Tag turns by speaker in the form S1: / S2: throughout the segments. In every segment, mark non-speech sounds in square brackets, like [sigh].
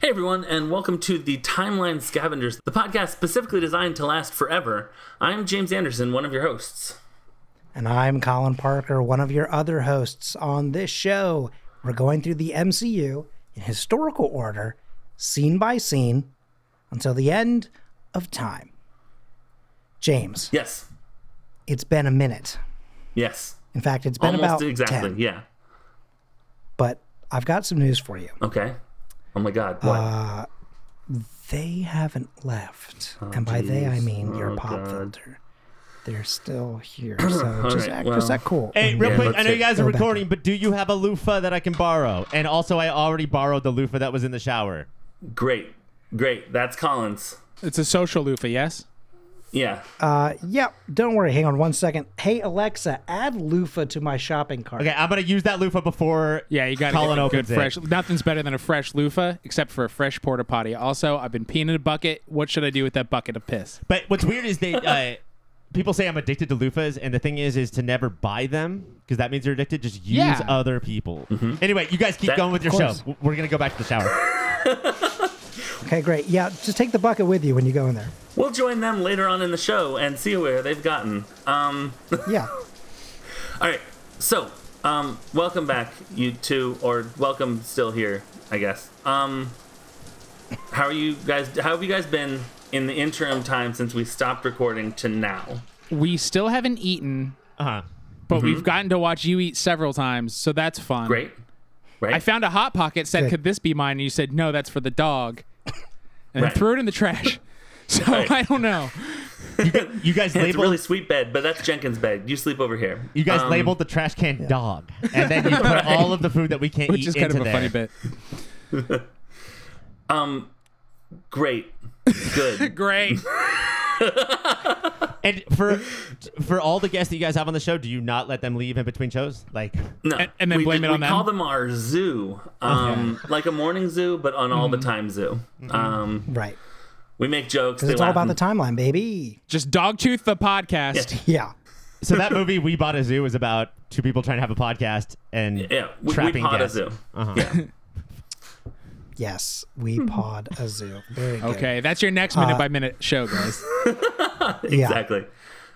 S1: Hey everyone, and welcome to the Timeline Scavengers, the podcast specifically designed to last forever. I'm James Anderson, one of your hosts.
S2: And I'm Colin Parker, one of your other hosts on this show. We're going through the MCU in historical order, scene by scene, until the end of time. James,
S1: Yes,
S2: it's been a minute.
S1: yes,
S2: In fact, it's been
S1: almost
S2: about
S1: exactly.
S2: 10,
S1: Yeah.
S2: but I've got some news for you.
S1: Okay. Oh my God. What?
S2: Uh, They haven't left. and by they, I
S1: geez.
S2: mean your
S1: Oh,
S2: pop
S1: God.
S2: filter. They're still
S1: [clears throat]
S2: here. So just
S1: right,
S2: act
S1: well.
S2: just act cool.
S3: Hey, real
S1: Yeah,
S3: quick,
S1: let's
S3: I know
S1: see.
S3: you guys are
S2: Go back to-
S3: recording, but do you have a loofah that I can borrow? And also, I already borrowed the loofah that was in the shower.
S1: great, great. That's Collins.
S4: It's a social loofah, yes?
S1: Yeah.
S2: Uh, yep. Don't worry. Hang on one second. Hey Alexa, add loofah to my shopping cart.
S3: Okay, I'm gonna use that loofah before.
S4: Yeah, you got
S3: Colin
S4: to good
S3: opens it.
S4: fresh. Nothing's better than a fresh loofah, except for a fresh porta potty. Also, I've been peeing in a bucket. What should I do with that bucket of piss?
S3: But what's weird is they uh, [laughs] people say I'm addicted to loofahs, and the thing is, is to never buy them because that means you're addicted. Just use
S4: Yeah.
S3: other people. Anyway, you guys keep
S1: That-
S3: going with your
S2: Of
S3: show.
S2: course.
S3: W- We're gonna go back to the shower.
S2: Okay, great. Yeah, just take the bucket with you when you go in there.
S1: We'll join them later on in the show and see where they've gotten. Um,
S2: Yeah.
S1: all right. So, um, welcome back, you two, or welcome still here, I guess. Um, how are you guys? How have you guys been in the interim time since we stopped recording to now?
S4: We still haven't eaten,
S3: Uh-huh.
S4: but we've gotten to watch you eat several times, so that's fun.
S1: Great. Right. [laughs]
S4: I found a hot pocket, said,
S2: Good.
S4: Could this be mine? And you said, No, that's for the dog. And
S1: Right.
S4: threw it in the trash. [laughs] So
S1: Right.
S4: I don't know.
S3: You guys
S1: it's a
S3: labeled
S1: really sweet bed, but that's Jenkins' bed. You sleep over here.
S3: you guys
S1: Um,
S3: labeled the trash can dog, and then you put all of the food that we can't
S4: Which
S3: eat
S4: is kind of
S3: into
S4: a
S3: there.
S4: funny bit.
S1: Great. Good.
S4: [laughs] Great.
S3: And for for all the guests that you guys have on the show, do you not let them leave in between shows? Like,
S1: No,
S4: And- and then
S1: we
S4: blame
S1: did-
S4: it on
S1: we
S4: them?
S1: call them our zoo, um, like a morning zoo, but on all the
S4: Mm-hmm.
S1: time zoo. Um,
S2: Right.
S1: we make jokes.
S2: Because
S1: they
S2: it's all
S1: laugh
S2: about the
S1: and-
S2: timeline, baby.
S4: Just dogtooth the podcast.
S2: Yeah.
S3: so that movie we bought a zoo is about two people trying to have a podcast and
S1: Yeah, we, we
S3: trapping
S1: pod a
S3: guests.
S1: zoo.
S2: Yes, we pod a zoo. Very good.
S4: Okay, that's your next minute by minute show, guys.
S2: Yeah.
S1: Exactly.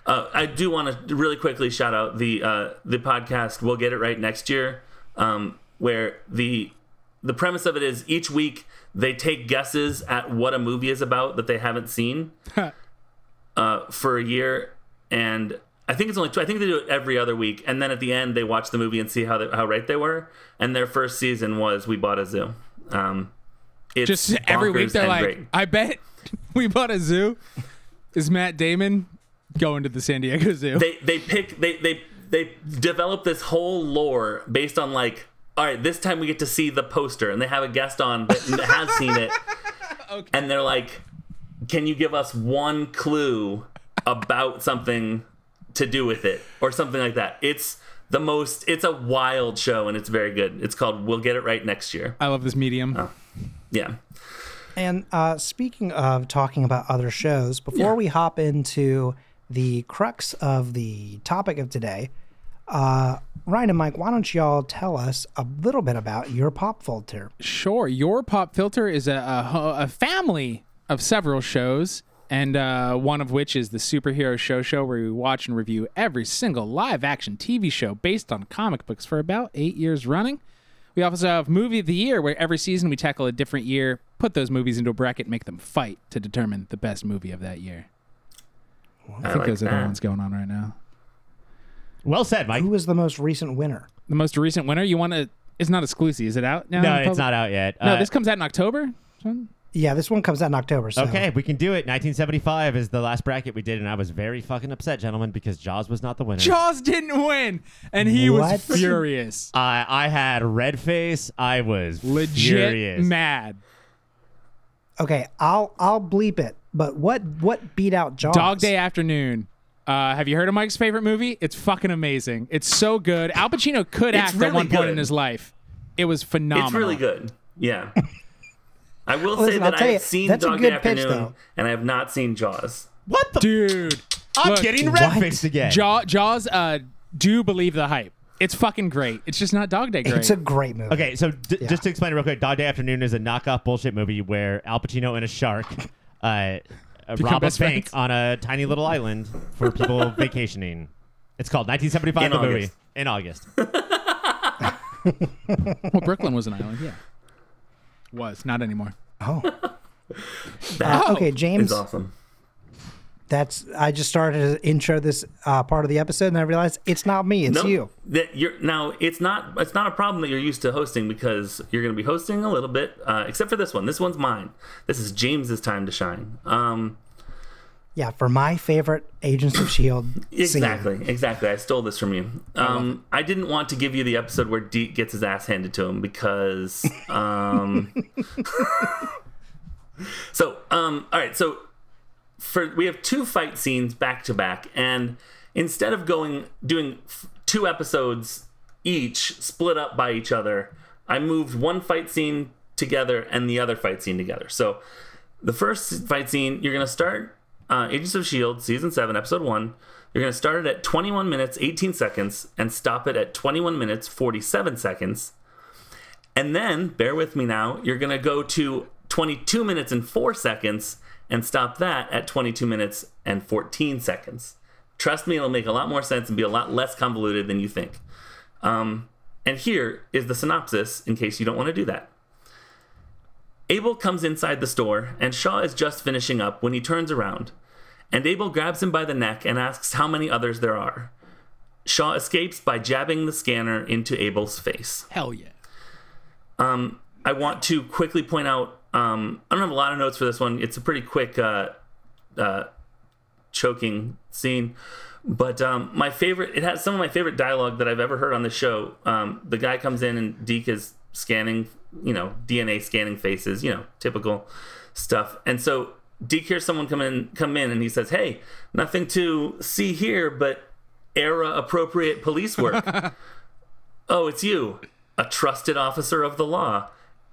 S1: Uh, I do want to really quickly shout out the uh, the podcast. We'll get it right next year, um, where the the premise of it is each week they take guesses at what a movie is about that they haven't seen
S4: [laughs]
S1: uh, for a year, and I think it's only two. I think they do it every other week, and then at the end they watch the movie and see how they, how right they were. And their first season was We Bought a Zoo. Um, it's
S4: just every week
S1: bonkers
S4: they're
S1: and
S4: like,
S1: great.
S4: I bet [laughs] we bought a zoo. Is Matt Damon going to the San Diego Zoo?
S1: they they pick they they they develop this whole lore based on like all right this time we get to see the poster and they have a guest on that [laughs] has seen it and they're like can you give us one clue about something to do with it or something like that it's the most it's a wild show and it's very good it's called we'll get it right next year
S4: I love this medium.
S1: Uh. yeah
S2: And uh, speaking of talking about other shows, before we hop into the crux of the topic of today, uh, Ryan and Mike, why don't y'all tell us a little bit about your pop filter?
S4: Sure, your pop filter is a, a, ho- a family of several shows, and uh, one of which is the Superhero Show Show, where we watch and review every single live action TV show based on comic books for about eight years running. We also have Movie of the Year, where every season we tackle a different year, put those movies into a bracket, make them fight to determine the best movie of that year.
S1: i,
S4: I think
S1: like
S4: those are the
S1: that.
S4: ones going on right now.
S3: Well said, Mike.
S2: Who was the most recent winner?
S4: The most recent winner you want to? It's not exclusive. Is it out now?
S3: No, it's not out yet.
S4: No,
S3: Uh,
S4: this comes out in October.
S2: Yeah, this one comes out in October. So
S3: okay, we can do it. 1975 is the last bracket we did, and I was very fucking upset, gentlemen, because Jaws was not the winner.
S4: Jaws didn't win, and he
S2: What?
S4: was furious,
S3: I I had red face. I was
S4: legit
S3: furious.
S4: mad.
S2: Okay, I'll I'll bleep it. But what what beat out Jaws?
S4: Dog Day Afternoon. Uh, have you heard of Mike's favorite movie? It's fucking amazing. It's so good. Al Pacino could
S1: It's
S4: act
S1: really
S4: at one point
S1: good.
S4: in his life. It was phenomenal.
S1: It's really good. Yeah. I will say
S2: Listen, I'll
S1: that I
S2: tell
S1: have
S2: you,
S1: seen
S2: that's a
S1: Dog Day
S2: good pitch,
S1: Afternoon
S2: though.
S1: and I have not seen Jaws.
S3: What the?
S4: dude.
S3: I'm
S4: look,
S3: getting red
S2: what?
S3: faced again.
S4: Jaw- Jaws. Uh, do believe the hype. It's fucking great. It's just not Dog Day great.
S2: It's a great movie.
S3: Okay, so d- just to explain it real quick, Dog Day Afternoon is a knockoff bullshit movie where Al Pacino and a shark
S1: [laughs]
S3: uh, rob a
S4: best
S3: bank
S4: friends.
S3: on a tiny little island
S1: [laughs]
S3: for people vacationing. It's called 1975
S1: In
S3: the movie
S1: August.
S3: in August.
S1: [laughs]
S4: well, Brooklyn was an island. Yeah, was not anymore.
S2: Oh.
S1: That
S4: Oh.
S2: Uh, okay,
S1: is
S2: James.
S1: awesome.
S2: That's I just started to intro this uh, part of the episode and I realized it's not me, it's
S1: No,
S2: you.
S1: That you're now. It's not. It's not a problem that you're used to hosting because you're going to be hosting a little bit, uh, except for this one. This one's mine. This is James's time to shine. Um,
S2: Yeah, for my favorite Agents of Shield. Scene.
S1: exactly. Exactly. I stole this from you. Um, I didn't want to give you the episode where Deke gets his ass handed to him because. Um, [laughs] so, um, all right. So for we have two fight scenes back to back and instead of going doing f- two episodes each split up by each other i moved one fight scene together and the other fight scene together so the first fight scene you're going to start uh, agents of shield season 7 episode 1 you're going to start it at 21 minutes 18 seconds and stop it at 21 minutes 47 seconds and then, bear with me now, you're going to go to 22 minutes and 4 seconds and stop that at 22 minutes and 14 seconds. Trust me, it'll make a lot more sense and be a lot less convoluted than you think. Um, and here is the synopsis in case you don't want to do that. Abel comes inside the store, and Shaw is just finishing up when he turns around. And Abel grabs him by the neck and asks how many others there are. Shaw escapes by jabbing the scanner into Abel's face.
S4: Hell yeah.
S1: Um, I want to quickly point out. Um, I don't have a lot of notes for this one. It's a pretty quick uh, uh, choking scene, but um, my favorite. It has some of my favorite dialogue that I've ever heard on the show. Um, the guy comes in and Deke is scanning, you know, DNA scanning faces, you know, typical stuff. And so Deke hears someone come in, come in, and he says, "Hey, nothing to see here, but era appropriate police work." oh, it's you, a trusted officer of the law.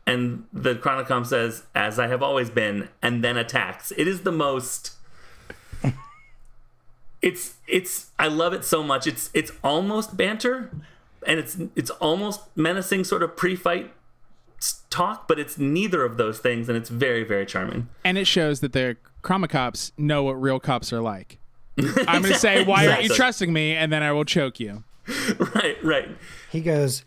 S1: And the Chronicom says, as I have always been, and then attacks. It is the most. [laughs] It's it's I love it so much. It's it's almost banter, and it's it's almost menacing sort of pre-fight s- talk, but it's neither of those things, and it's very very charming. [laughs]
S4: And it shows that the chroma cops know what real cops are like. I'm gonna say, why aren't you
S1: Exactly.
S4: trusting me? And then I will choke you.
S1: Right, right.
S2: He goes,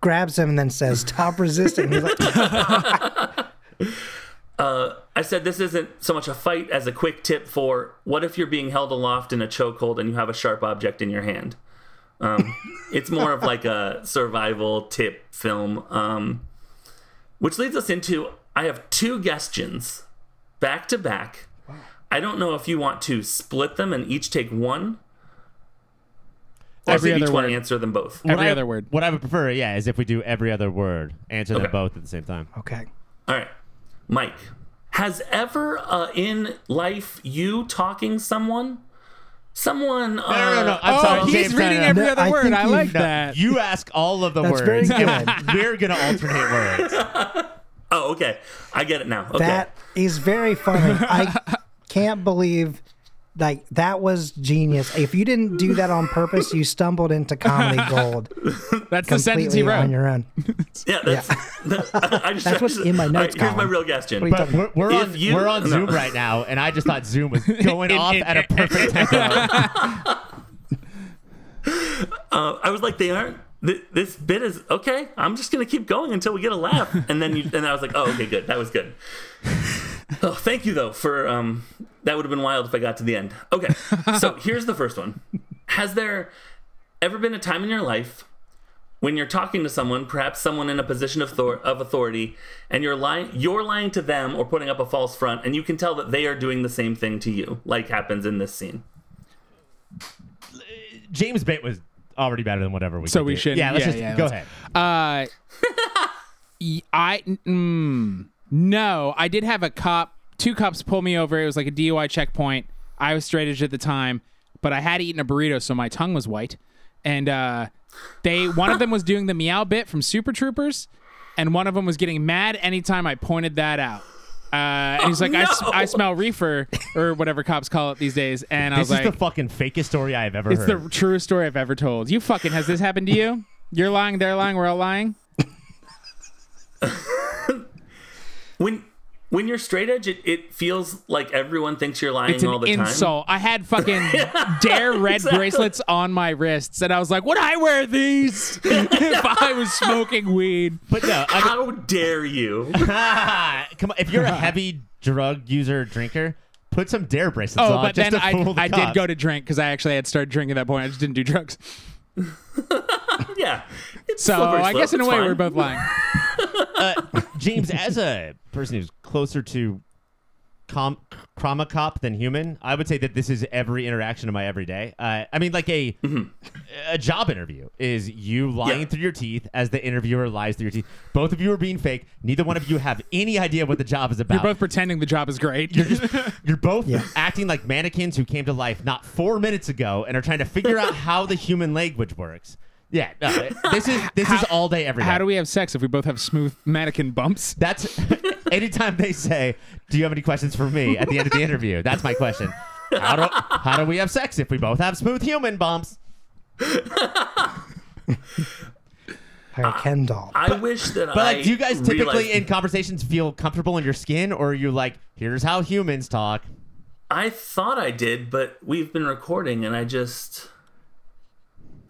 S2: grabs him and then says, Stop resisting. He's like, [laughs]
S1: I said this isn't so much a fight as a quick tip for what if you're being held aloft in a chokehold and you have a sharp object in your hand.
S3: [laughs]
S1: Um, it's more of like a survival tip film, um, which leads us into I have two questions back to back. I don't know if you want to split them and each take one, or
S4: Every
S1: if you each
S4: other
S1: want to
S4: word.
S1: answer them both.
S4: Every
S3: I-
S4: other word.
S3: What I would prefer, yeah, is if we do every other word, answer them
S1: Okay.
S3: both at the same time.
S2: Okay.
S1: All right, Mike. Has ever uh, in life you talking someone, someone? uh,
S3: no, no, no, I'm sorry,
S4: oh, he's
S3: James, no,
S4: reading
S3: no.
S4: every
S2: No,
S4: other
S2: I
S4: word.
S2: think
S4: I
S2: you-
S4: like
S2: No,
S4: that.
S3: You ask all of the
S2: That's very
S3: words.
S2: good.
S3: [laughs] We're gonna
S2: [laughs]
S3: alternate words.
S1: Oh, okay. I get it now. Okay.
S2: That is very funny.
S4: [laughs]
S2: I can't believe like that was genius. If you didn't do that on purpose, you stumbled into comedy
S4: [laughs]
S2: gold
S4: That's the sentence
S2: completely
S4: he wrote.
S2: on your own.
S1: yeah, that's, that- [laughs] I just,
S2: That's what's in my
S1: All
S2: notes
S1: here's my
S2: column.
S1: real question.
S2: What are you
S3: But we're, we're
S1: If
S3: on
S1: you-
S3: we're on
S1: no.
S3: Zoom right now, and I just thought Zoom was
S1: [laughs]
S3: going off at a perfect time.
S1: Uh, I was like, they aren't. Th- this bit is okay. I'm just gonna keep going until we get a laugh, and then you, and I was like, oh, okay, good. That was good. Oh, thank you though for um. That would have been wild if I got to the end. Okay, so here's the first one. Has there ever been a time in your life when you're talking to someone, perhaps someone in a position of thor- of authority, and you're lying you're lying to them or putting up a false front, and you can tell that they are doing the same thing to you, like happens in this scene.
S3: James Bate was already better than whatever we.
S4: So
S3: could
S4: we
S3: do.
S4: shouldn't-
S3: Yeah, let's
S4: yeah,
S3: just
S4: yeah,
S3: go
S4: let's-
S3: ahead.
S4: Uh, y- I mm, no, I did have a cop, two cops pull me over. It was like a DUI checkpoint. I was straight edge at the time, but I had eaten a burrito, so my tongue was white. And uh, they, one of them was doing the meow bit from Super Troopers, and one of them was getting mad anytime I pointed that out. Uh, and he's like, I, s-
S1: no.
S4: I smell reefer or whatever cops call it these days. And I
S3: This
S4: was
S3: is
S4: like,
S3: the fucking fakest story I've ever
S4: it's
S3: heard.
S4: the truest story I've ever told. You fucking, has this happened to you? You're lying, they're lying, we're all lying.
S1: When when you're straight edge, it, it feels like everyone thinks you're lying
S4: It's an
S1: all the time.
S4: insult. I
S1: [laughs]
S4: had fucking dare red
S1: exactly.
S4: bracelets on my wrists, and I was like, would I
S1: [laughs]
S4: wear these if I was smoking weed?
S3: but no, I,
S1: How dare you? [laughs]
S3: ah,
S4: [laughs]
S3: [laughs] come on. If you're a heavy drug user drinker, put some dare bracelets
S4: Oh,
S3: on.
S4: but
S3: just
S4: then
S3: to
S4: I,
S3: fool the
S4: I did
S3: cops.
S4: go to drink because I actually had started drinking at that point. I just didn't do drugs.
S1: yeah. It's
S4: So
S1: slippery
S4: I
S1: slope.
S4: guess in a
S1: It's
S4: way
S1: fine.
S4: we're both
S1: [laughs]
S4: lying.
S3: uh, [laughs] James, as a person who's closer to com- chroma cop than human, I would say that this is every interaction of my everyday. Uh, I mean, like a a job interview is you lying
S1: Yeah.
S3: through your teeth as the interviewer lies through your teeth. Both of you are being fake. Neither one of you have any idea what the job is about.
S4: You're both pretending the job is great.
S3: You're just you're both acting like mannequins who came to life not four minutes ago and are trying to figure out how the human language works. Yeah, no, this is this is all day every day.
S4: [laughs] How do we have sex if we both have smooth mannequin bumps?
S3: That's [laughs] anytime they say, "Do you have any questions for me?" at the end of the interview. That's my question. How do how do we have sex if we both have smooth human bumps?
S2: Harry Kendall.
S1: I wish that
S3: But
S1: I
S3: like, do you guys typically
S1: realized-
S3: in conversations feel comfortable in your skin, or are you like, "Here's how humans talk"?
S1: I thought I did, but we've been recording, and I just,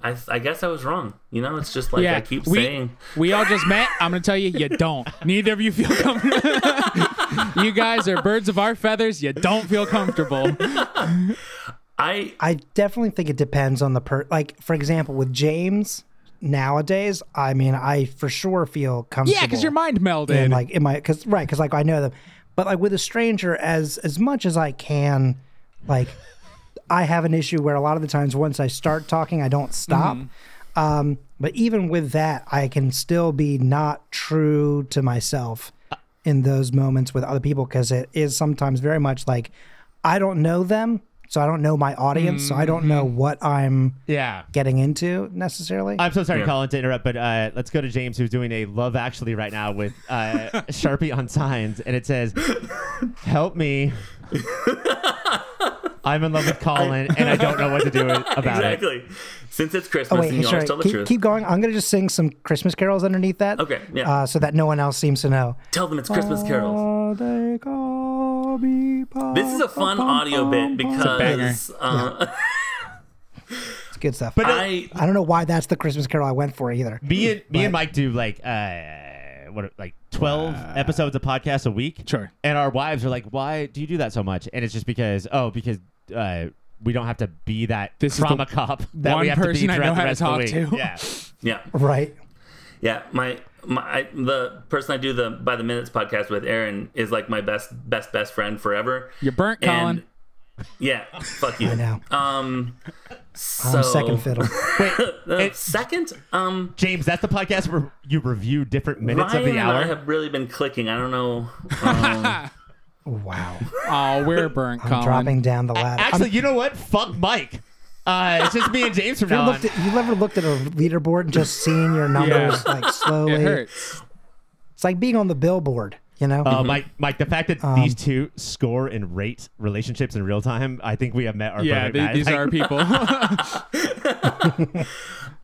S1: I, I guess I was wrong. You know, it's just like I keep
S4: we,
S1: saying,
S4: We all just met. I'm gonna tell you, you don't. Neither of you feel comfortable. [laughs] you guys are birds of our feathers. You don't
S1: [laughs]
S4: feel comfortable.
S1: I
S2: I definitely think it depends on the per. Like for example, with James nowadays, I mean, I for sure feel comfortable.
S4: Yeah, because your mind melded.
S2: and like in my because right because like I know them, but like with a stranger, as as much as I can, like I have an issue where a lot of the times once I start talking, I don't stop. Um, but even with that, I can still be not true to myself in those moments with other people because it is sometimes very much like I don't know them, so I don't know my audience, so I don't know what I'm
S3: Yeah.
S2: getting into necessarily.
S3: I'm so sorry,
S1: Yeah.
S3: Colin, to interrupt, but uh, let's go to James, who's doing a Love Actually right now with
S1: [laughs]
S3: uh, Sharpie on signs, and it says, "Help me, I'm in love with Colin, and I don't know what
S1: [laughs]
S3: to do it- about it."
S1: exactly since it's Christmas,
S2: Oh wait,
S1: and you
S2: sorry.
S1: always tell the
S2: keep,
S1: truth.
S2: keep going. I'm gonna just sing some Christmas carols underneath that.
S1: Okay, yeah.
S2: Uh, so that no one else seems to know.
S1: Tell them it's Christmas carols.
S2: Oh, they call me Papa.
S1: This is a fun audio bit because uh,
S2: It's good stuff.
S3: But-
S1: [laughs] I
S2: I don't know why that's the Christmas carol I went for either.
S3: Me and me and Mike do like uh, what like twelve episodes of podcasts a week.
S4: Sure.
S3: And our wives are like, "Why do you do that so much?" And it's just because oh, because uh, we don't have to be that
S4: This is the
S3: trauma cop that
S4: one
S3: we have
S4: person
S3: to
S4: I
S3: be throughout
S4: know
S3: the
S4: how to
S3: rest of the week.
S4: talk to.
S3: Yeah.
S1: yeah
S2: Right.
S1: yeah my my I, the person I do the by the minutes podcast with Aaron is like my best best best friend forever.
S4: You're burnt,
S1: And-
S4: Colin.
S1: Yeah, fuck you.
S2: I know.
S1: Um, so
S2: I'm second
S1: [laughs]
S2: fiddle.
S1: Uh,
S3: It-
S1: second, um.
S3: James, that's the podcast where you review different minutes
S1: Ryan
S3: of
S1: and
S3: the hour.
S1: I have really been clicking. I don't know.
S2: [laughs]
S1: Um,
S2: Wow.
S4: Oh, we're burnt,
S2: I'm
S3: [laughs]
S4: Colin.
S2: dropping down the ladder.
S3: Actually, you know what? Fuck Mike. Uh, it's just me and
S1: [laughs]
S3: James from
S2: I'm-
S3: now
S2: you
S3: on.
S2: looked at, you ever looked at a leaderboard and just seeing your numbers
S3: [laughs]
S2: like
S4: It
S2: slowly?
S4: hurts.
S2: It's like being on the billboard, you know?
S3: Uh, Mike, Mike, the fact that
S1: Um,
S3: these two score and rate relationships in real time, I think we have met our
S4: Yeah,
S3: perfect
S4: the-
S3: match.
S4: these
S3: Like,
S4: are our people.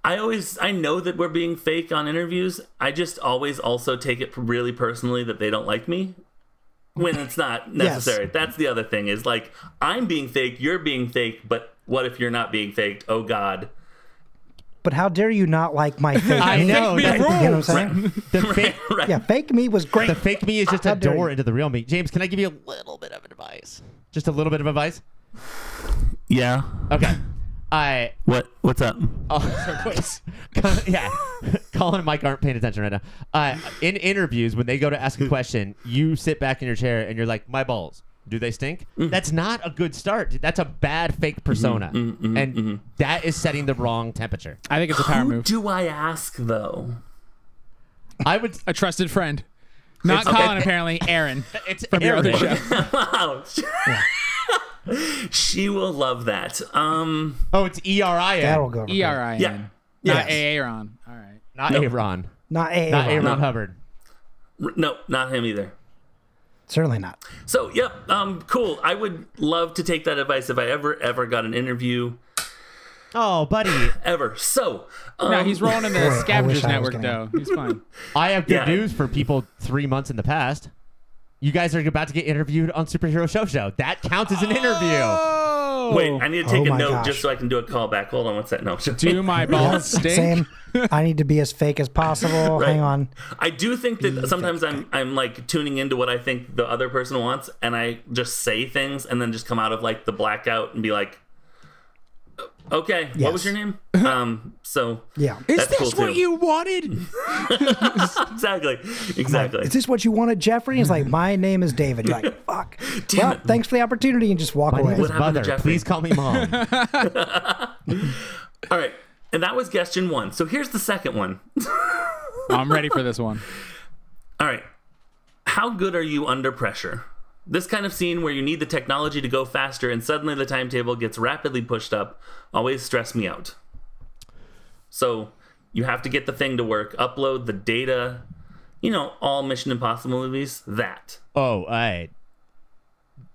S1: I always, I know that we're being fake on interviews. I just always also take it really personally that they don't like me when it's [laughs] not necessary. That's the other thing is like, I'm being fake, you're being fake, but what if you're not being faked? Oh, God. [laughs]
S2: but how dare you not like my fake
S3: [laughs] I
S2: me?
S3: know,
S2: You
S3: that
S2: know what I'm saying?
S4: [laughs]
S3: the, fake,
S1: Right.
S2: Yeah, fake me was great.
S3: the fake me is just a
S2: dare
S3: door
S2: you.
S3: into the real me. James, can I give you a little bit of advice? Just a little bit of advice?
S1: Yeah.
S4: [laughs]
S3: Okay. I
S1: What? What's up?
S3: [laughs] Colin-
S4: [laughs]
S3: yeah. Colin and Mike aren't paying attention right now. Uh, in interviews, when they go to ask a question, you sit back in your chair and you're like, "My balls, do they stink?"
S4: Mm.
S3: That's not a good start. That's a bad
S4: Mm-hmm,
S3: fake persona, and that is setting the wrong temperature.
S4: I think it's a power
S1: Who
S4: move.
S1: do I ask though?
S3: I would.
S4: A trusted friend. Not Colin, apparently. Aaron.
S3: It's
S4: From your other show.
S3: arrogant.
S1: Wow. [laughs] she will love that. Um,
S3: Oh, it's E R I
S2: That'll
S3: N,
S2: go. over great.
S4: E-R-I-N.
S1: yeah. Yes.
S4: Not Aaron. All right.
S3: not Aaron,
S2: Not A.
S3: not
S2: Aaron.
S3: Aaron Hubbard.
S1: R- No, not him either.
S2: Certainly not.
S1: So, yep, um, cool. I would love to take that advice if I ever, ever got an interview,
S3: Oh, buddy,
S1: ever. So, um,
S4: No, he's rolling in
S2: I
S4: the
S2: wish
S4: Scavengers
S2: I was
S4: Network,
S2: gonna-
S4: though. He's fine.
S3: I have good
S1: Yeah.
S3: news for people three months in the past. You guys are about to get interviewed on Superhero Show Show. That counts as an interview.
S4: Oh,
S1: Wait, I need to take
S2: Oh
S1: a
S2: my
S1: note
S2: gosh.
S1: just so I can do a callback. Hold on, what's that? No,
S4: do my balls stink?
S2: Same. I need to be as fake as possible.
S1: Right.
S2: Hang on.
S1: I do think
S2: Mm,
S1: that sometimes I'm I'm like tuning into what I think the other person wants, and I just say things and then just come out of like the blackout and be like, "Okay, what was
S2: Yes.
S1: your
S4: [laughs]
S1: name?" um, so
S2: Yeah.
S4: Is
S1: That's
S4: this
S1: cool,
S4: what
S1: too.
S4: you wanted?
S1: exactly, exactly.
S2: Is this what you wanted, Jeffrey? He's like, my name is David.
S1: [laughs]
S2: You're like, fuck.
S1: Damn
S2: well,
S1: it.
S2: thanks for the opportunity, and just walk
S3: My
S2: away.
S3: name
S1: What
S3: is
S1: happened to
S3: Mother.
S1: Jeffrey?
S3: Please call
S1: [laughs]
S3: me Mom.
S1: All right, and that was question one. So here's the second one.
S4: I'm ready for this one.
S1: All right. How good are you under pressure? This kind of scene where you need the technology to go faster and suddenly the timetable gets rapidly pushed up always stress me out. So you have to get the thing to work, upload the data, you know, all Mission Impossible movies, that.
S3: Oh, I.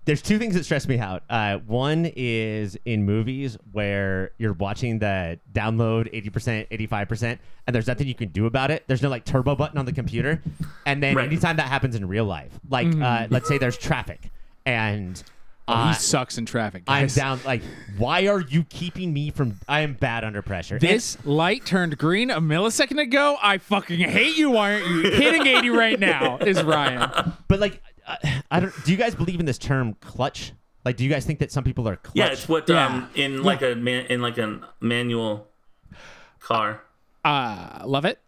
S3: There's two things that stress me out. Uh, one is in movies where you're watching the download 80%, 85%, and there's nothing you can do about it. There's no like turbo button on the computer. And then
S1: Right.
S3: anytime that happens in real life, like uh, let's say there's traffic and
S4: he
S3: uh,
S4: sucks in traffic.
S3: I'm
S4: guys.
S3: down, like, why are you keeping me from? I am bad under pressure. And-
S4: This light turned green a millisecond ago. I fucking hate you. Why aren't you hitting 80 right now? Is Ryan.
S3: but like, I, I don't, do you guys believe in this term clutch? Like, do you guys think that some people are clutch?
S1: Yeah, it's what
S4: Yeah.
S1: um in like a man in like an manual car.
S4: Uh,
S1: [laughs]
S4: love it.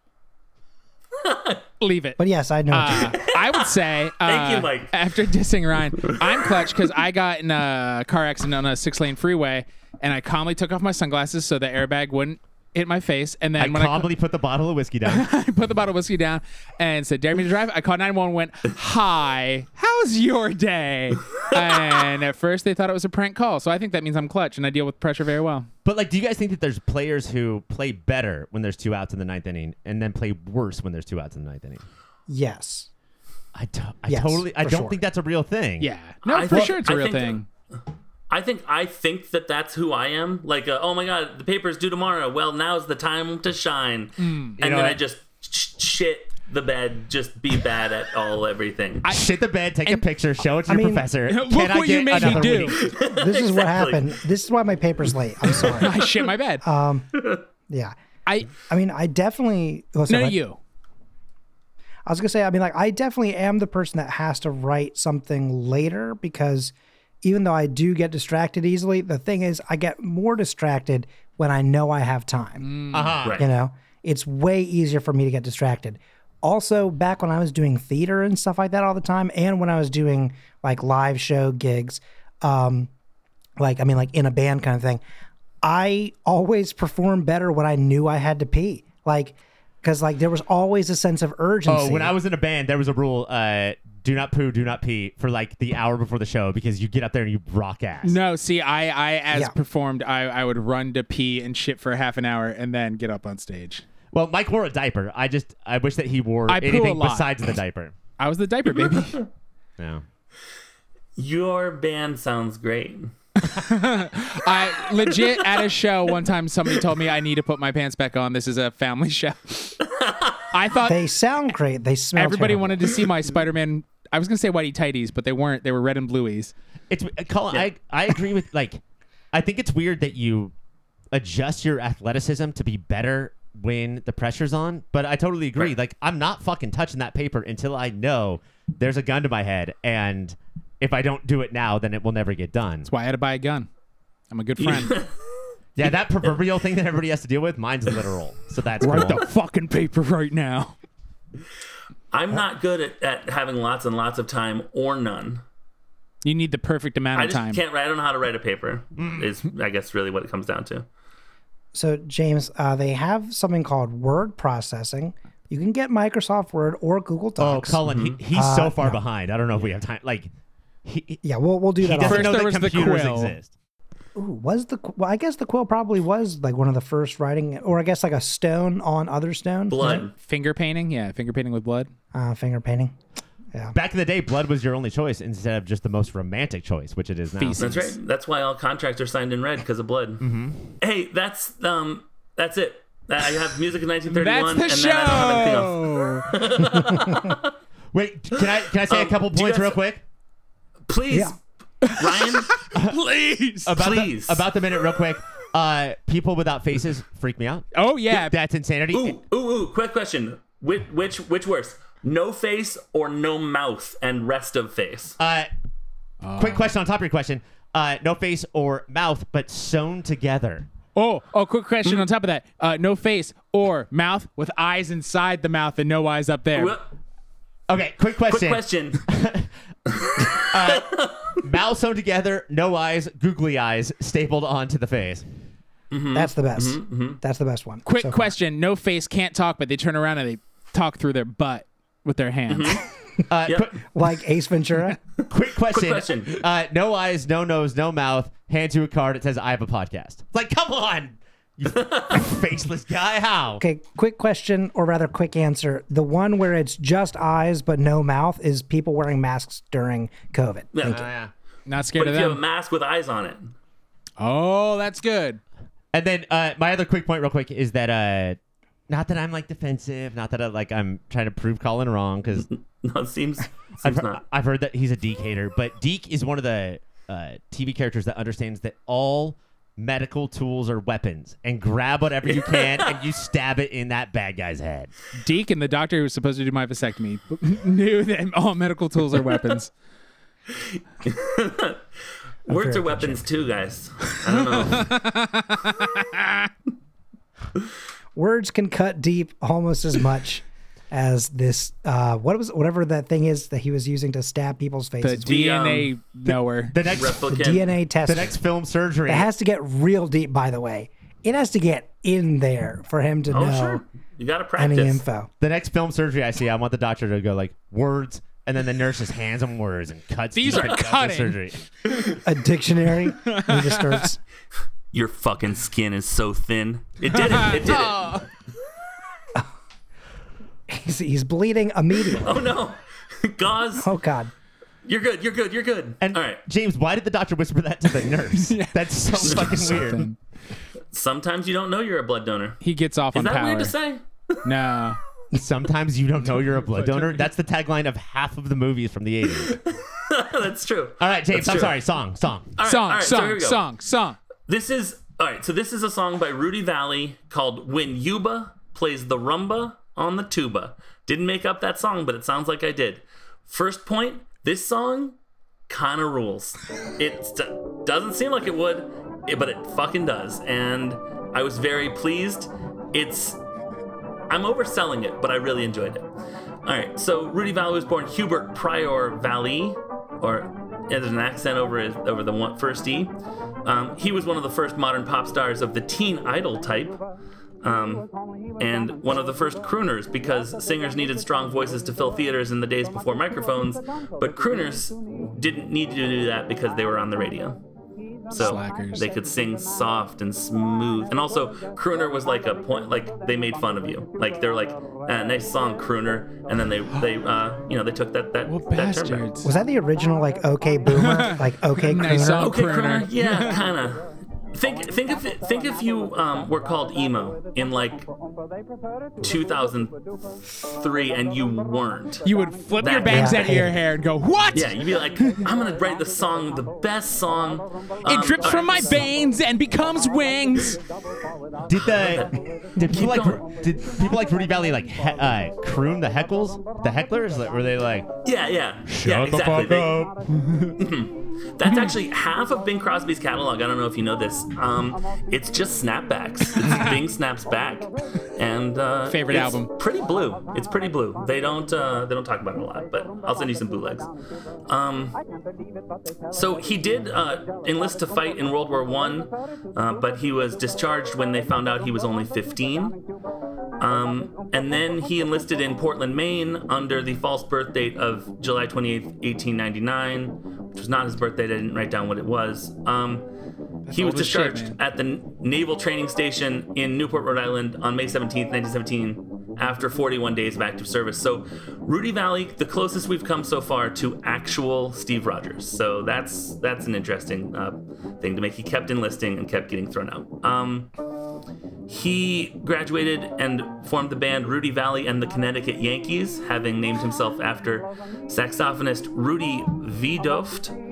S4: Leave it.
S2: But yes, I know. what you
S1: Ah.
S4: Uh, I would say. Uh,
S1: [laughs] Thank you, Mike.
S4: After dissing Ryan, I'm clutch because I got in a car accident on a six lane freeway, and I calmly took off my sunglasses so the airbag wouldn't hit my face. And then
S3: I
S4: when
S3: calmly put the bottle of whiskey down. [laughs]
S4: I [laughs] put the bottle of whiskey down and said, "Dare me to drive," I called 911. Went, "Hi, how's your [laughs] day?" and at first they thought it was a prank call, so I think that means I'm clutch and I deal with pressure very well.
S3: But like, do you guys think that there's players who play better when there's two outs in the ninth inning, and then play worse when there's two outs in the ninth inning?
S2: Yes.
S3: I, do- I
S2: Yes,
S3: totally, I
S2: for
S3: don't
S2: sure.
S3: think that's a real thing.
S4: Yeah, no,
S1: I
S4: for
S1: think-
S4: sure it's a
S1: I
S4: real
S1: think-
S4: thing.
S1: I think I think that that's who I am. Like, uh, oh my god, the paper's due tomorrow. Well, now's the time to shine.
S4: Mm,
S1: and then
S3: know what?
S1: I just sh- shit the bed, just be bad at all everything.
S3: Shit the bed, take a picture, show it to your
S2: mean,
S3: professor.
S4: [laughs] Look
S3: Can I
S4: [laughs] what you
S3: get
S4: made me
S3: another
S4: do.
S3: week?
S2: This is what
S1: Exactly.
S2: happened. This is why my paper's late.
S1: [laughs]
S2: I'm sorry.
S4: [laughs] I shit my bed.
S2: yeah.
S4: [laughs] I
S2: I mean, I definitely. oh, sorry,
S4: no
S2: what?
S4: you.
S2: I was gonna say, I mean, like, I definitely am the person that has to write something later because even though I do get distracted easily, the thing is, I get more distracted when I know I have time.
S3: Uh-huh.
S1: Right.
S2: You know, it's way easier for me to get distracted. Also, back when I was doing theater and stuff like that all the time, and when I was doing like live show gigs, um, like, I mean, like in a band kind of thing, I always performed better when I knew I had to pee. Like, because like there was always a sense of urgency.
S3: Oh, when I was in a band, there was a rule: uh, do not poo, do not pee for like the hour before the show because you get up there and you rock ass.
S4: No, see, I, I as
S2: Yeah.
S4: performed, I, I would run to pee and shit for half an hour and then get up on stage.
S3: Well, Mike wore a diaper. I just, I wish that he wore
S4: I poo a
S3: anything
S4: lot.
S3: besides the diaper.
S4: I was the diaper [laughs] baby.
S3: No.
S1: Your band sounds great.
S4: I legit at a show one time somebody told me I need to put my pants back on. This is a family show. I thought
S2: They sound great. They smell.
S4: everybody
S2: terrible.
S4: wanted to see my Spider-Man. I was gonna say whitey tighties, but they weren't. They were red and blueies.
S3: It's uh, Colin. I I agree with like, I think it's weird that you adjust your athleticism to be better when the pressure's on. But I totally agree. Like I'm not fucking touching that paper until I know there's a gun to my head, and if I don't do it now, then it will never get done.
S4: That's why I had to buy a gun. I'm a good friend.
S1: [laughs]
S3: Yeah, that proverbial thing that everybody has to deal with. Mine's literal, so that's
S4: Write
S3: cool.
S4: the fucking paper right now.
S1: I'm not good at, at having lots and lots of time or none.
S4: You need the perfect amount
S1: I
S4: of
S1: just
S4: time.
S1: can't write. I don't know how to write a paper. Is I guess really what it comes down to.
S2: So James, uh, they have something called word processing. You can get Microsoft Word or Google
S3: Oh,
S2: Docs.
S3: Colin,
S4: Mm-hmm.
S3: he, he's
S4: Uh,
S3: so far behind. I don't know if we have time. Like, he, he
S2: yeah, we'll we'll do that.
S3: doesn't
S2: Off.
S4: First
S3: know
S4: there
S3: that
S4: was the
S3: computers
S4: quill.
S3: exist.
S2: Ooh, was the qu- well? I guess the quill probably was like one of the first writing, or I guess like a stone on other stone,
S1: Blood.
S4: Finger painting, yeah, finger painting with blood.
S2: uh, finger painting. Yeah.
S3: Back in the day, blood was your only choice instead of just the most romantic choice, which it is now.
S4: Feces. Mm-hmm.
S1: That's right. That's why all contracts are signed in red because of blood. Hey, that's um, that's it. I have music in 1931,
S4: That's the
S1: and then I don't have anything else.
S4: show.
S3: Wait, can I can I say a
S1: Um,
S3: couple
S1: do you
S3: points
S1: guys-
S3: real quick?
S1: Please,
S2: Yeah.
S1: Ryan.
S4: [laughs] Please.
S3: About
S1: Please.
S3: the, about the minute real quick. Uh, people without faces freak me out.
S4: oh yeah.
S3: That's insanity.
S1: Ooh, ooh, ooh. Quick question. Which, which, which worse? No face or no mouth and rest of face?
S3: Uh, quick question on top of your question. Uh, no face or mouth, but sewn together.
S4: Oh, oh, quick question on top of that. Uh, no face or mouth with eyes inside the mouth and no eyes up there.
S1: Well,
S3: Okay, quick question.
S1: quick question.
S3: Mouth sewn together, no eyes, googly eyes stapled onto the face.
S2: That's the best. That's the best one.
S4: quick
S2: so far.
S4: question. No face can't talk, but they turn around and they talk through their butt with their hands.
S1: Mm-hmm.
S3: Uh,
S1: Yep.
S3: quick,
S2: Like Ace Ventura.
S3: quick question.
S1: question.
S3: Uh, no eyes, no nose, no mouth. Hands you a card. It says, "I have a podcast." Like, come on, you faceless guy. How?
S2: okay, quick question, or rather, quick answer. The one where it's just eyes but no mouth is people wearing masks during COVID.
S4: [laughs]
S2: Thank
S3: Oh,
S2: you.
S3: yeah.
S4: [laughs] Not scared
S1: But
S4: of
S1: if you have a
S4: them.
S1: mask with eyes on it, [laughs]
S4: Oh, that's good.
S3: And then uh, my other quick point, real quick, is that uh, not that I'm like defensive, not that I, like I'm trying to prove Colin wrong because
S1: no, it seems seems
S3: I've,
S1: not.
S3: I've heard that he's a Deke hater, but Deke is one of the uh, TV characters that understands that all medical tools are weapons and grab whatever you can and
S4: [laughs]
S3: you stab it in that bad guy's head.
S4: Deacon, the doctor who was supposed to do my vasectomy, [laughs] knew that all medical tools
S1: [laughs]
S4: are weapons.
S1: Words are weapons too, guys. I don't know.
S2: Words can cut deep almost as much as this. Uh, what was whatever that thing is that he was using to stab people's
S4: The
S2: faces?
S4: DNA
S1: um,
S4: knower.
S3: The next,
S1: Replicant.
S2: DNA test.
S3: the next film surgery.
S2: It has to get real deep, by the way. It has to get in there for him to
S1: Oh,
S2: know
S1: sure. You gotta
S2: any
S1: practice.
S2: info.
S3: the next film surgery I see, I want the doctor to go like words, and then the nurse just hands him words and cuts.
S4: These
S3: deep
S4: are
S3: and does the
S4: cutting.
S3: surgery.
S2: A
S4: [laughs]
S2: dictionary. he just starts.
S1: Your fucking skin is so thin. It did it.
S4: [laughs]
S1: It did
S4: Oh.
S1: it.
S2: He's, he's bleeding immediately.
S1: Oh no, [laughs] gauze.
S2: Oh God.
S1: You're good. You're good. You're good.
S3: And
S1: All right.
S3: James, why did the doctor whisper that to the
S4: [laughs]
S3: nurse? That's so fucking weird.
S4: Something.
S1: Sometimes you don't know you're a blood donor.
S4: He gets off
S1: Is
S4: on
S1: that
S4: power.
S1: weird to say? [laughs]
S4: No.
S3: Sometimes you don't know you're a blood donor. That's the tagline of half of the movies from the 80s.
S1: That's true.
S3: All right, James,
S1: That's
S3: I'm
S1: true.
S3: sorry. Song, song.
S1: All right,
S4: song,
S1: all right, so
S4: song,
S1: here we go.
S4: song, song.
S1: This is all right. So this is a song by Rudy Valley called "When Yuba Plays the Rumba on the Tuba." Didn't make up that song, but it sounds like I did. First point: this song kind of rules. It st- doesn't seem like it would, eh, but it fucking does. And I was very pleased. It's I'm overselling it, but I really enjoyed it. All right, so Rudy Valley was born Hubert Prior Valley, or yeah, there's an accent over his, over the one, first E. Um, he was one of the first modern pop stars of the teen idol type, um, and one of the first crooners because singers needed strong voices to fill theaters in the days before microphones, but crooners didn't need to do that because they were on the radio. So
S4: Slackers.
S1: they could sing soft and smooth, and also crooner was like a point, like they made fun of you, like they're like, ah, "Nice song, crooner," and then they they uh, you know they took that that
S4: What
S1: that term back.
S4: bastards?
S2: Was that the original like OK Boomer, like OK
S4: [laughs] Nice
S2: Crooner?
S4: song.
S1: Okay,
S4: Crooner.
S1: crooner.
S4: [laughs]
S1: Yeah, kind of. Think think if think if you um, were called emo in like 2003 and you weren't.
S4: You would flip
S1: That-
S4: your bangs
S2: yeah.
S4: out of your hair and go, What?
S1: Yeah, you'd be like, I'm gonna write the song, the best song.
S4: It
S1: Um,
S4: drips
S1: all
S4: from my
S1: right, so-
S4: veins and becomes wings.
S3: Did the did people like did people like Rudy Valley like he, uh, croon the heckles, the hecklers? Like, were they like
S1: Yeah, yeah, yeah,
S3: shut the
S1: exactly.
S3: fuck
S1: They-
S3: up?
S1: That's actually half of Bing Crosby's catalog. I don't know if you know this. Um, it's just snapbacks. It's Bing snaps back, and uh,
S4: Favorite
S1: it's
S4: album.
S1: Pretty blue. It's pretty blue. They don't uh, they don't talk about it a lot, but I'll send you some bootlegs. Um, so he did uh, enlist to fight in World War One, uh, but he was discharged when they found out he was only 15. Um, and then he enlisted in Portland, Maine under the false birth date of July 28th, 1899, which was not his birthday. I didn't write down what it was. Um, he was
S4: old as shit,
S1: discharged
S4: man.
S1: at the Naval Training Station in Newport, Rhode Island on May 17th, 1917, after 41 days of active service. So, Rudy Valley, the closest we've come so far to actual Steve Rogers. So that's that's an interesting uh, thing to make. He kept enlisting and kept getting thrown out. Um, he graduated and formed the band Rudy Valley and the Connecticut Yankees, having named himself after saxophonist Rudy Vidoft.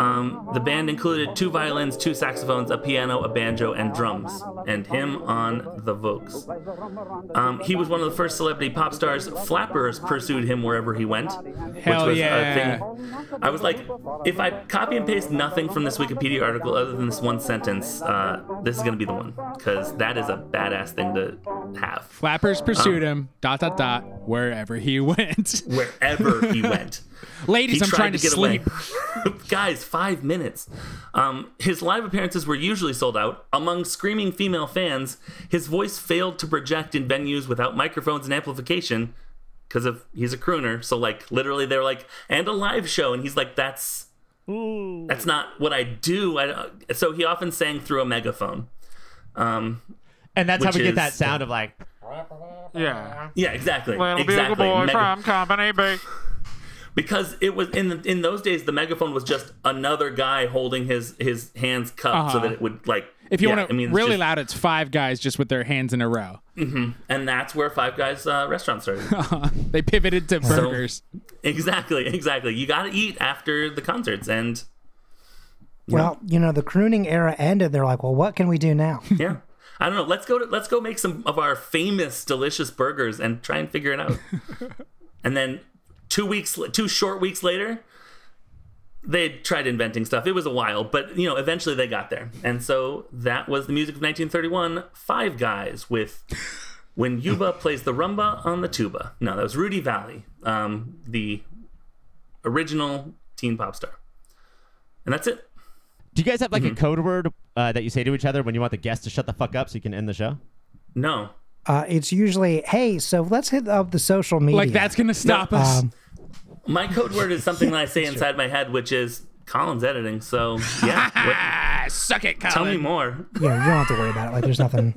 S1: Um, the band included two violins, two saxophones, a piano, a banjo, and drums, and him on the vocals. Um, he was one of the first celebrity pop stars. Flappers pursued him wherever he went,
S4: Hell
S1: which was
S4: yeah.
S1: a thing. I was like, if I copy and paste nothing from this Wikipedia article other than this one sentence, uh, this is gonna be the one because that is a badass thing to have
S4: Flappers pursued him, dot, dot, dot, wherever he [laughs] went.
S1: wherever he went.
S4: Ladies,
S1: He
S4: I'm
S1: tried
S4: trying to,
S1: get
S4: sleep.
S1: away. [laughs] Guys, five minutes. Um, his live appearances were usually sold out. Among screaming female fans, his voice failed to project in venues without microphones and amplification because of he's a crooner. So like literally, they're like, and a live show, and he's like, that's that's not what I do. I, don't-" so he often sang through a megaphone. Um,
S3: And that's how
S1: Which
S3: we get that
S1: is-
S3: sound of like
S5: Yeah.
S1: yeah, exactly,
S5: Little
S1: exactly.
S5: bugle boy
S1: Mega-
S5: from Company B.
S1: because it was in the, in those days the megaphone was just another guy holding his his hands cupped so
S4: Uh-huh.
S1: that it would like
S4: If you
S1: yeah,
S4: want to
S1: I mean, it's
S4: really
S1: just-
S4: loud, it's five guys just with their hands in
S1: [laughs]
S4: a row. [laughs]
S1: and that's where Five Guys uh, restaurant started.
S4: They pivoted to burgers.
S1: exactly, exactly. You got to eat after the concerts, and
S2: Well, you know, the crooning era ended. They're like, well, what can we do
S4: [laughs]
S2: now?
S1: yeah, I don't know. Let's go to let's go make some of our famous delicious burgers and try and figure it out. and then two weeks, two short weeks later, they tried inventing stuff. It was a while, but you know, eventually they got there. And so that was the music of 1931, Five Guys with When Yuba plays the rumba on the tuba. No, that was Rudy Valley, um, the original teen pop star. And that's it.
S3: Do you guys have like a code word uh, that you say to each other when you want the guest to shut the fuck up so you can end the show?
S1: No.
S2: Uh, it's usually, hey, so let's hit up the social media.
S4: Like, that's going to stop us.
S2: Um,
S4: [laughs]
S1: My code word is something that I say inside my head, which is Colin's editing.
S4: [laughs]
S1: So, yeah. what-
S4: ah, suck it, Colin.
S1: tell me more.
S2: yeah, you don't have to worry about it. Like, there's
S4: [laughs]
S2: nothing.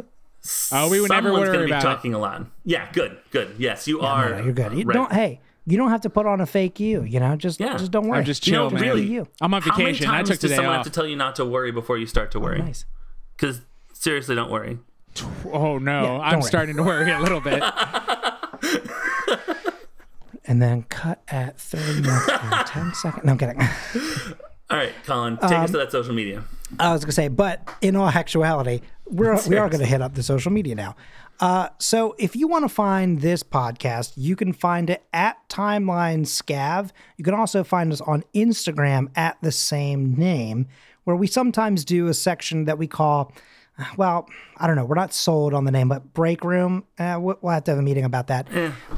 S4: Oh, we would never
S1: Someone's
S4: worry
S1: gonna be
S4: about it.
S1: talking a lot. Yeah, good, good. Yes, you are.
S2: No, you're good. You
S1: right.
S2: don't. Hey, you don't have to put on a fake you. You know, just
S1: Yeah.
S2: just don't worry.
S4: I'm just chill,
S1: know,
S4: man.
S1: really,
S2: you.
S4: I'm on
S1: How many
S4: vacation. I
S1: times
S4: took
S1: does
S4: today
S1: someone
S4: off.
S1: have to tell you not to worry before you start to worry?
S2: Nice.
S1: Because seriously, don't worry.
S4: oh no,
S2: don't
S4: I'm
S2: worry.
S4: starting to worry a little bit.
S2: And then cut at 30 minutes and 10 seconds. No, I'm kidding.
S1: All right, Colin, take
S4: Um,
S1: us to that social media.
S2: I was gonna say, but in all actuality, we're we are gonna hit up the social media now. Uh, so if you want to find this podcast, you can find it at Timeline Scav. You can also find us on Instagram at the same name, where we sometimes do a section that we call. [sighs] Well, I don't know. We're not sold on the name, but break room. Uh, we- we'll have to have a meeting about that.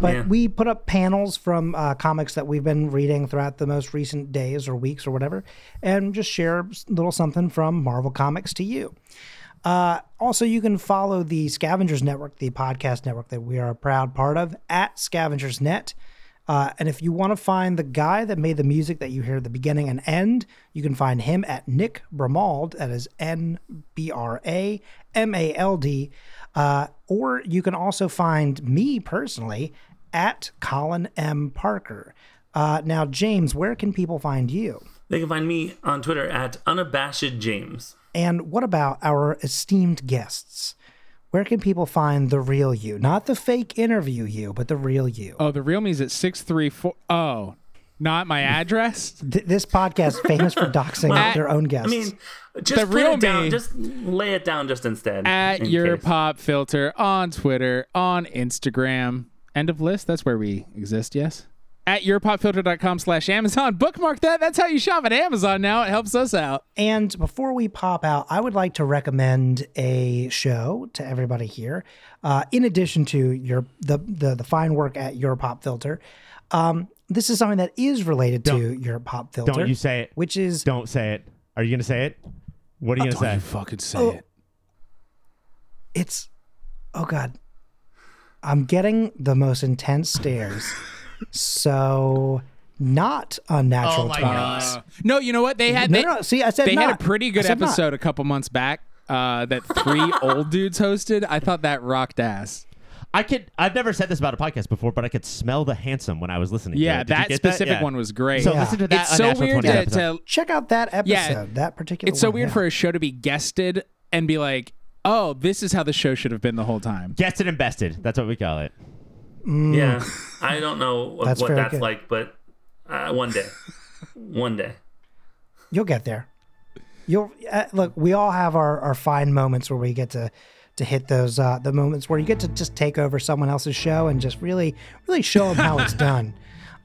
S2: but
S1: yeah.
S2: we put up panels from uh, comics that we've been reading throughout the most recent days or weeks or whatever, and just share a little something from Marvel Comics to you. Uh, also, you can follow the Scavengers Network, the podcast network that we are a proud part of, at Scavengers Net. Uh, and if you want to find the guy that made the music that you hear at the beginning and end, you can find him at Nick Bramald. That is N B R A M A L D. Uh, or you can also find me personally at Colin M. Parker. Uh, now, James, where can people find you?
S1: They can find me on Twitter at unabashed James.
S2: And what about our esteemed guests? Where can people find the real you? Not the fake interview you, but the real you.
S4: [laughs] Oh, the real me's at six three four. Oh, not my [laughs] address.
S2: Th- this podcast famous for doxing their own guests.
S1: I mean, just
S4: The
S1: put
S4: real
S1: it down.
S4: me-
S1: Just lay it down, just instead.
S4: at
S1: in
S4: your
S1: case.
S4: pop filter on Twitter, on Instagram. End of list. That's where we exist. Yes. At yourpopfilter.com slash Amazon. Bookmark that. That's how you shop at Amazon now. It helps us out.
S2: And before we pop out, I would like to recommend a show to everybody here. Uh, in addition to your the, the the fine work at your pop filter, um, this is something that is related to your pop filter.
S3: Don't you say it.
S2: Which is
S3: Don't say it. Are you gonna say it? What are you gonna say?
S4: fucking say
S2: Oh.
S4: it.
S2: it's oh god i'm getting the most intense stares so not unnatural topics
S4: no, you know what? They had
S2: no,
S4: they,
S2: no, see i said
S4: they had a
S2: not.
S4: pretty
S2: I
S4: good
S2: said not. [laughs]
S4: episode a couple months back uh, that three old dudes hosted. I thought that rocked ass.
S3: I could. I've never said this about a podcast before, but I could smell the handsome when I was listening. to
S4: Yeah,
S3: it. Did you
S4: that
S3: get
S4: specific
S3: Yeah.
S4: one was great.
S3: So
S4: Yeah.
S3: listen to that.
S4: it's so
S3: Unnatural
S4: weird
S3: 20
S4: to,
S3: episode.
S4: to
S2: Check out that episode.
S4: Yeah,
S2: that particular.
S4: it's so
S2: one,
S4: weird
S2: yeah.
S4: for a show to be guested and be like, oh, this is how the show should have been the whole time.
S3: Guessed and invested. That's what we call it.
S1: Yeah, I don't know
S4: [laughs]
S1: what that's,
S2: That's
S1: what
S2: very
S1: that's
S2: good.
S1: like, but uh, one day, one day.
S2: You'll get there. You'll uh, look. We all have our, our fine moments where we get to to hit those uh, the moments where you get to just take over someone else's show and just really really show them how it's done.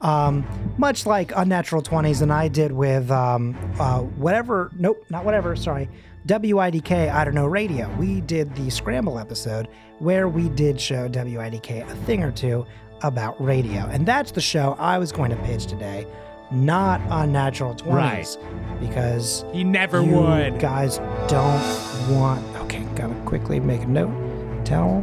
S2: Um, much like Unnatural Twenties, and I did with um, uh, whatever. Nope, not whatever. Sorry, WIDK. I don't know radio. We did the Scramble episode where we did show WIDK a thing or two about radio, and that's the show I was going to pitch today, not Unnatural Twenties, because
S4: He never
S2: you
S4: would.
S2: guys don't want. Okay, gotta quickly make a note. Tell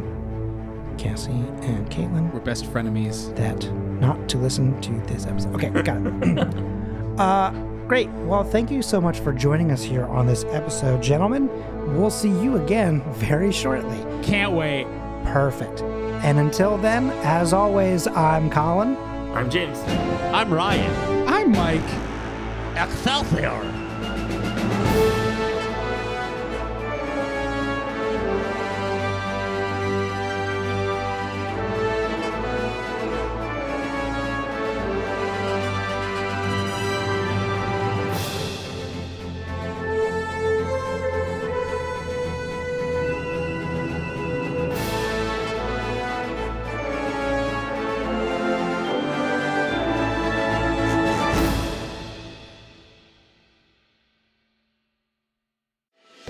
S2: Cassie and Caitlin
S4: We're best frenemies.
S2: that not to listen to this episode. Okay, got it.
S4: [coughs]
S2: uh, great. Well, thank you so much for joining us here on this episode, gentlemen. We'll see you again very shortly.
S4: Can't wait.
S2: Perfect. And until then, as always, I'm Colin.
S1: I'm James.
S3: I'm Ryan.
S4: I'm Mike.
S3: Excelsior.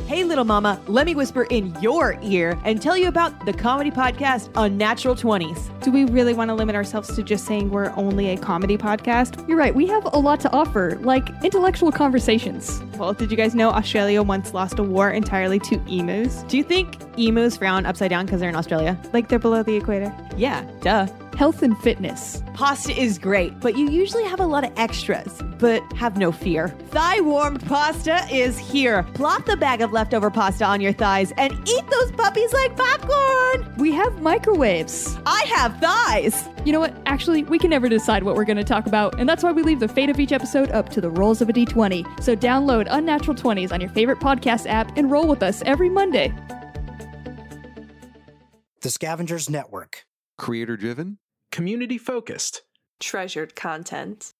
S6: Hey, little mama, let me whisper in your ear and tell you about the comedy podcast Unnatural 20s.
S7: Do we really want to limit ourselves to just saying we're only a comedy podcast?
S8: You're right, we have a lot to offer, like intellectual conversations.
S7: Well, did you guys know Australia once lost a war entirely to emus?
S6: Do you think emus frown upside down because they're in Australia?
S7: Like they're below the equator.
S6: Yeah, duh.
S8: Health and fitness.
S6: Pasta is great, but you usually have a lot of extras. But have no fear. Thigh warmed pasta is here. Plop the bag of leftover pasta on your thighs and eat those puppies like popcorn.
S8: We have microwaves.
S6: I have thighs.
S8: You know what? Actually, we can never decide what we're going to talk about, and that's why we leave the fate of each episode up to the rolls of a d20. So download Unnatural 20s on your favorite podcast app and roll with us every Monday.
S2: The Scavengers Network.
S9: Creator driven?
S10: community focused.
S11: treasured content.